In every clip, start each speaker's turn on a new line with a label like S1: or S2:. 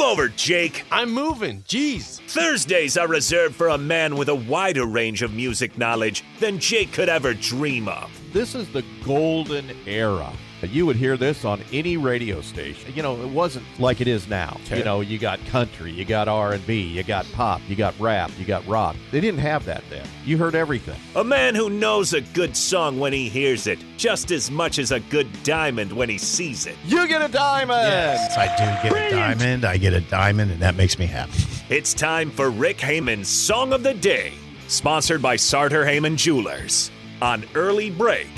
S1: over, Jake.
S2: I'm moving. Jeez.
S1: Thursdays are reserved for a man with a wider range of music knowledge than Jake could ever dream of.
S3: This is the golden era. You would hear this on any radio station. You know, it wasn't like it is now. You know, you got country, you got R&B, you got pop, you got rap, you got rock. They didn't have that then. You heard everything.
S1: A man who knows a good song when he hears it, just as much as a good diamond when he sees it.
S3: You get a diamond.
S4: Yes, I do get a diamond. I get a diamond, and that makes me happy.
S1: It's time for Rick Heyman's Song of the Day, sponsored by Sartor Heyman Jewelers. On Early Break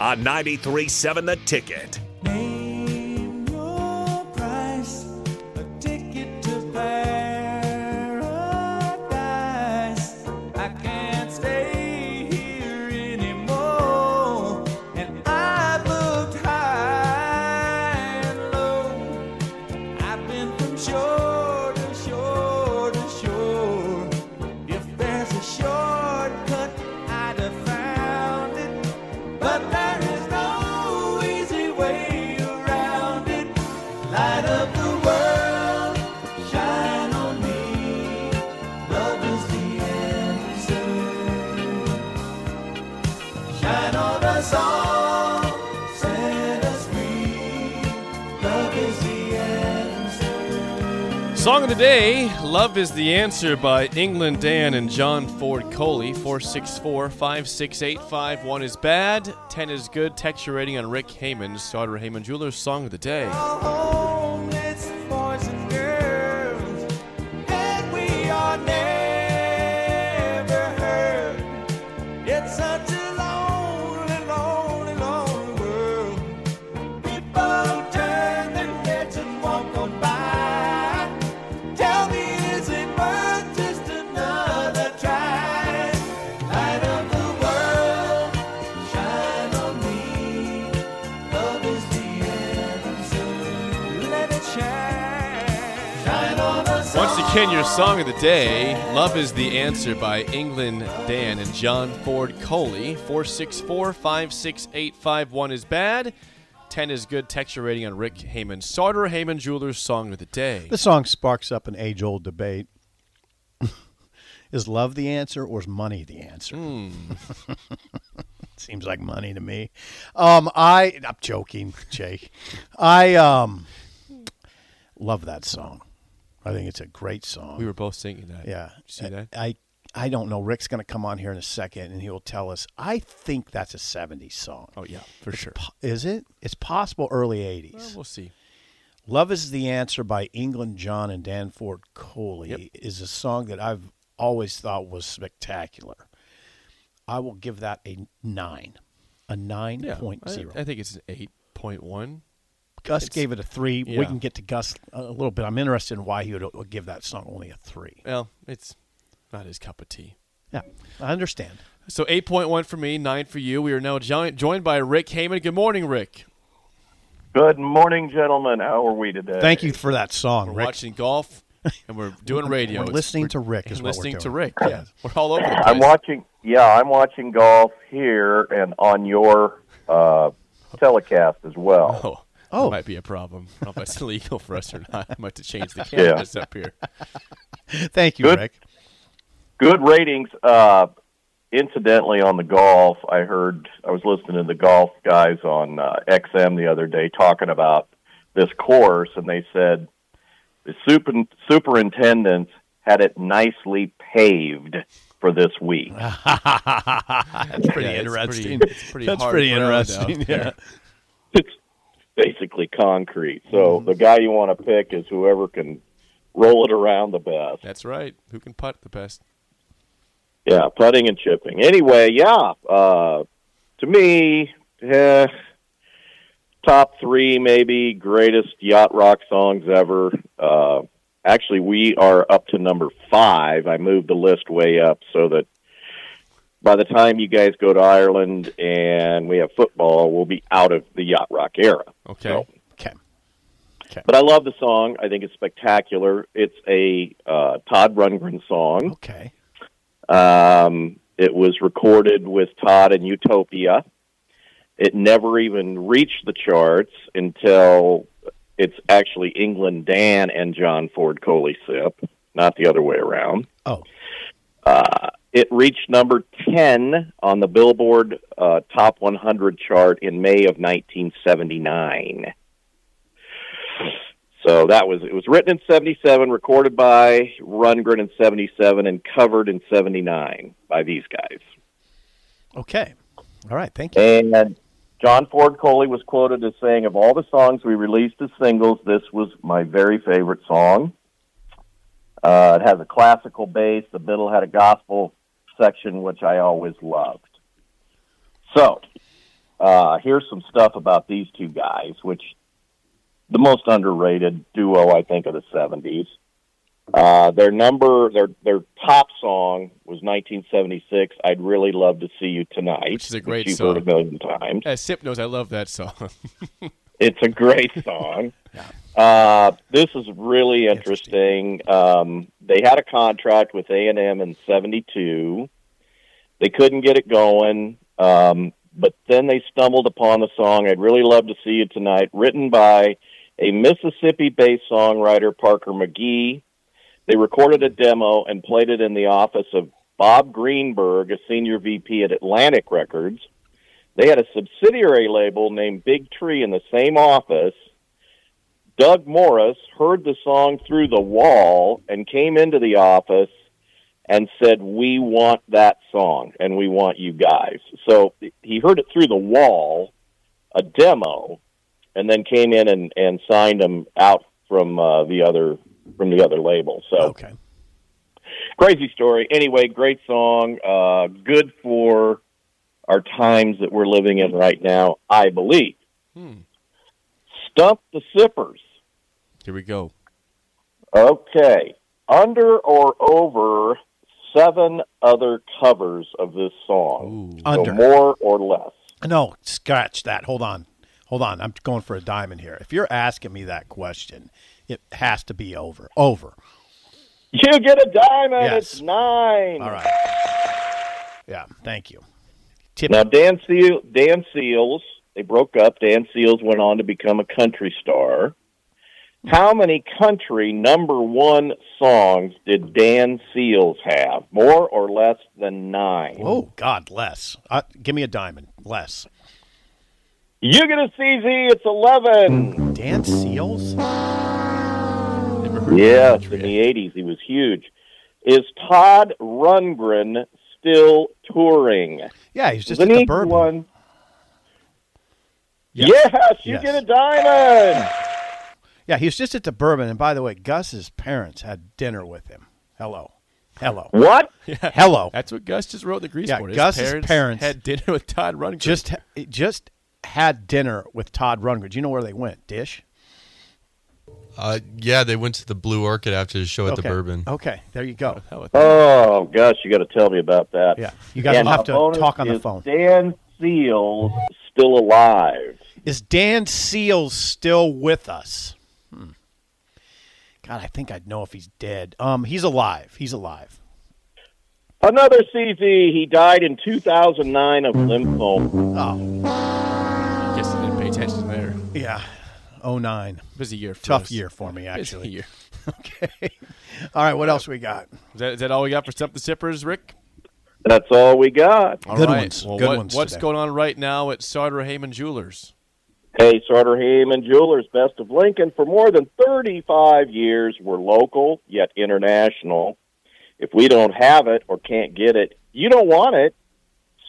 S1: on 93.7 The Ticket.
S5: Name your price, a ticket to paradise. I can't stay here anymore, and I've looked high and low. I've been from shore to shore to shore. If there's a shortcut, I'd have found it. But there is no easy way around it. Light up the world, shine on me. Love is the answer. Shine on us all, set us free. Love is the answer.
S2: Song of the day, Love is the Answer by England Dan and John Ford Coley. 464 568 1 is bad, 10 is good. Texture rating on Rick Heyman's Starter Heyman Jewelers Song of the Day.
S5: All homeless boys and girls, and we are never heard. It's such a lonely, lonely, lonely world. People turn their heads and walk on by. Tell me, is it worth just another try? Light of the world, shine on me. Love is the answer. Let it shine. Shine on us.
S2: Once
S5: all.
S2: again, your song of the day, Love is the Answer by England Dan and John Ford Coley. 464 568 1 is bad, 10 is good. Texture rating on Rick Heyman's Starter Heyman Jewelers Song of the Day.
S4: This song sparks up an age old debate. is love the answer or is money the answer? Seems like money to me. Um, I I'm joking, Jake. I um, love that song. I think it's a great song.
S2: We were both singing that.
S4: yeah.
S2: See
S4: I-
S2: that?
S4: I I don't know. Rick's going to come on here in a second and he'll tell us. I think that's a 70s song.
S2: Oh, yeah, for sure.
S4: Po- Is it? It's possible early 80s.
S2: Uh, Well, we'll see.
S4: Love is the Answer by England John and Danford Coley is a song that I've always thought was spectacular. I will give that a nine, a
S2: Yeah,
S4: 9.0.
S2: I, I think it's an eight point one.
S4: Gus gave it a three.
S2: yeah.
S4: We can get to Gus a little bit. I'm interested in why he would, would give that song only a three.
S2: Well, it's not his cup of tea.
S4: Yeah, I understand.
S2: So eight point one for me, nine for you. We are now joined joined by Rick Heyman. Good morning, Rick.
S6: Good morning, gentlemen. How are we today?
S4: Thank you for that song,
S2: We're
S4: Rick.
S2: watching golf and we're doing radio.
S4: We're
S2: It's-
S4: listening to Rick
S2: and
S4: is what we're
S2: listening to
S4: doing.
S2: Rick. Yeah, we're all over the place.
S6: I'm watching. Yeah, I'm watching golf here and on your uh, telecast as well.
S2: Oh,
S4: Oh.
S2: that might be a problem. I don't know if it's illegal for us or not. I might have to change the cameras up here.
S4: Thank you,
S6: Good.
S4: Rick.
S6: Good ratings. Uh, incidentally, on the golf, I heard I was listening to the golf guys on uh, XM the other day talking about this course, and they said the super, superintendent had it nicely paved for this week.
S4: That's pretty
S2: Yeah, it's
S4: interesting.
S2: pretty- it's pretty
S4: That's
S2: hard
S4: pretty
S2: ground out
S4: interesting.
S2: there.
S4: Yeah.
S6: it's basically concrete. So the guy you want to pick is whoever can roll it around the best.
S2: That's right. Who can putt the best?
S6: Yeah, putting and chipping. Anyway, yeah. Uh, to me, eh, top three maybe greatest yacht rock songs ever. Uh, actually, we are up to number five. I moved the list way up so that by the time you guys go to Ireland and we have football, we'll be out of the yacht rock era.
S2: Okay.
S6: So-
S4: Okay.
S6: But I love the song. I think it's spectacular. It's a uh, Todd Rundgren song.
S4: Okay.
S6: Um, it was recorded with Todd and Utopia. It never even reached the charts until it's actually England Dan and John Ford Coley Sip, not the other way around.
S4: Oh.
S6: Uh, it reached number 10 on the Billboard uh, Top 100 chart in May of 1979. So that was it was written in 77, recorded by Rundgren in 77 and covered in 79 by these guys.
S4: Okay. All right. Thank you.
S6: And John Ford Coley was quoted as saying, "Of all the songs we released as singles, this was my very favorite song. Uh, it has a classical bass. The middle had a gospel section, which I always loved." So, uh, here's some stuff about these two guys, which the most underrated duo I think of the '70s. Uh, their number, their their top song was 1976. I'd really love to see you tonight,
S2: Which is a great
S6: you've heard a
S2: song.
S6: million times.
S2: As Uh, Sip knows, I love that song.
S6: It's a great song. uh, this is really interesting. Um, they had a contract with A and M in '72. They couldn't get it going, um, but then they stumbled upon the song "I'd Really Love to See You Tonight," written by a Mississippi-based songwriter, Parker McGee. They recorded a demo and played it in the office of Bob Greenberg, a senior VP at Atlantic Records they had a subsidiary label named Big Tree in the same office. Doug Morris heard the song through the wall and came into the office and said, We want that song and we want you guys. So he heard it through the wall, a demo, and then came in and, and signed them out from uh, the other from the other label. So
S4: Okay.
S6: crazy story. Anyway, great song. Uh, good for our times that we're living in right now, I believe.
S4: Hmm.
S6: Stump the sippers.
S2: Here we go.
S6: Okay. Under or over seven other covers of this song.
S4: Under.
S6: So more or less.
S4: No, scratch that. Hold on. Hold on. I'm going for a diamond here. If you're asking me that question, it has to be over. Over.
S6: You get a diamond.
S4: Yes.
S6: It's nine.
S4: All right. Yeah. Thank you. Tip.
S6: Now, Dan, Seal, Dan Seals, they broke up. Dan Seals went on to become a country star. How many country number one songs did Dan Seals have? More or less than nine?
S4: Oh God, less. Uh, give me a diamond. Less.
S6: You get a CZ, it's 11.
S4: Dan Seals.
S2: Never heard
S6: Yes,
S2: that
S6: in
S2: before.
S6: the 80s, he was huge. Is Todd Rundgren still touring?
S4: Yeah, he's just
S6: the
S4: at the
S6: neat
S4: bourbon.
S6: one.
S4: Yes.
S6: Yes, you
S4: Yes.
S6: get a diamond.
S4: Yeah, he was just at the bourbon. And by the way, Gus's parents had dinner with him. Hello. Hello.
S6: What?
S4: Hello.
S2: That's what Gus just wrote in the grease
S4: Yeah,
S2: board.
S4: Gus's
S2: His parents,
S4: parents-
S2: had dinner with Todd Rundgren.
S4: Just it just had dinner with Todd Rundgren. Do you know where they went? Dish.
S7: Uh, yeah, they went to the Blue Orchid after the show at
S4: okay.
S7: the Bourbon.
S4: Okay, there you go.
S2: Hell with that.
S6: Oh gosh, you got to tell me about that.
S4: Yeah, you guys
S6: And
S4: will have
S6: my
S4: to
S6: bonus
S4: talk on the
S6: is
S4: phone.
S6: Dan Seals still alive?
S4: Is Dan Seals still with us? Hmm. God, I think I'd know if he's dead. Um, he's alive. He's alive.
S6: Another CZ. He died in 2009 of lymphoma.
S4: Oh,
S2: I guess I didn't pay attention there.
S4: yeah. Oh nine.
S2: Busy year. For
S4: Tough
S2: us.
S4: year for me,
S2: Busy
S4: actually.
S2: year.
S4: Okay. All right, what else we got?
S2: Is that, is that all we got for Stump the Sippers, Rick?
S6: That's all we got.
S2: All
S4: Good
S2: right.
S4: ones.
S2: Well,
S4: Good
S2: what-
S4: ones
S2: What's
S4: today.
S2: going on right now at Sauter Heyman Jewelers?
S6: Hey, Sartor Heyman Jewelers, best of Lincoln. For more than 35 years, we're local yet international. If we don't have it or can't get it, you don't want it.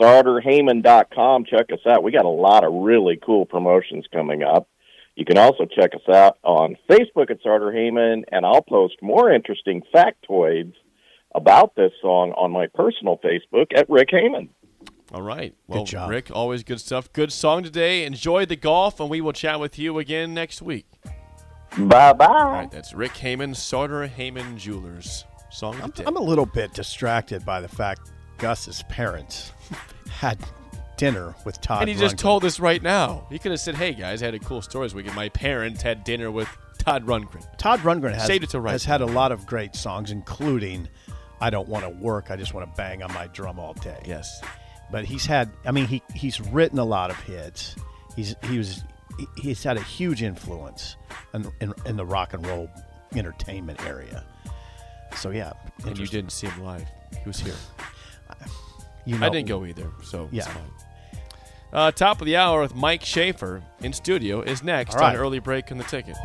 S6: SartorHeyman.com. Check us out. We got a lot of really cool promotions coming up. You can also check us out on Facebook at Sartor Heyman, and I'll post more interesting factoids about this song on my personal Facebook at Rick Heyman.
S2: All right. Well,
S4: job.
S2: Rick, always good stuff. Good song today. Enjoy the golf, and we will chat with you again next week.
S6: Bye
S2: All
S6: bye.
S2: right. That's Rick Heyman, Sauter Heyman Jewelers. Song of
S4: I'm,
S2: the day.
S4: I'm a little bit distracted by the fact Gus's parents had dinner with Todd.
S2: and he just
S4: Rundgren.
S2: told us right now. He could have said, "Hey guys, I had a cool story this weekend. My parents had dinner with Todd Rundgren."
S4: Todd Rundgren has,
S2: Saved it till right
S4: has had a lot of great songs, including "I Don't Want to Work, I Just Want to Bang on My Drum All Day."
S2: Yes.
S4: but he's had. I mean, he he's written a lot of hits. He's he was he- he's had a huge influence in, in, in the rock and roll entertainment area. So yeah,
S2: and you
S4: interest-
S2: didn't see him live. He was here.
S4: you
S2: I didn't go either, so it's
S4: Yeah.
S2: fine. Uh, top of the hour with Mike Schaefer in studio is next
S4: All right.
S2: on early break on the ticket.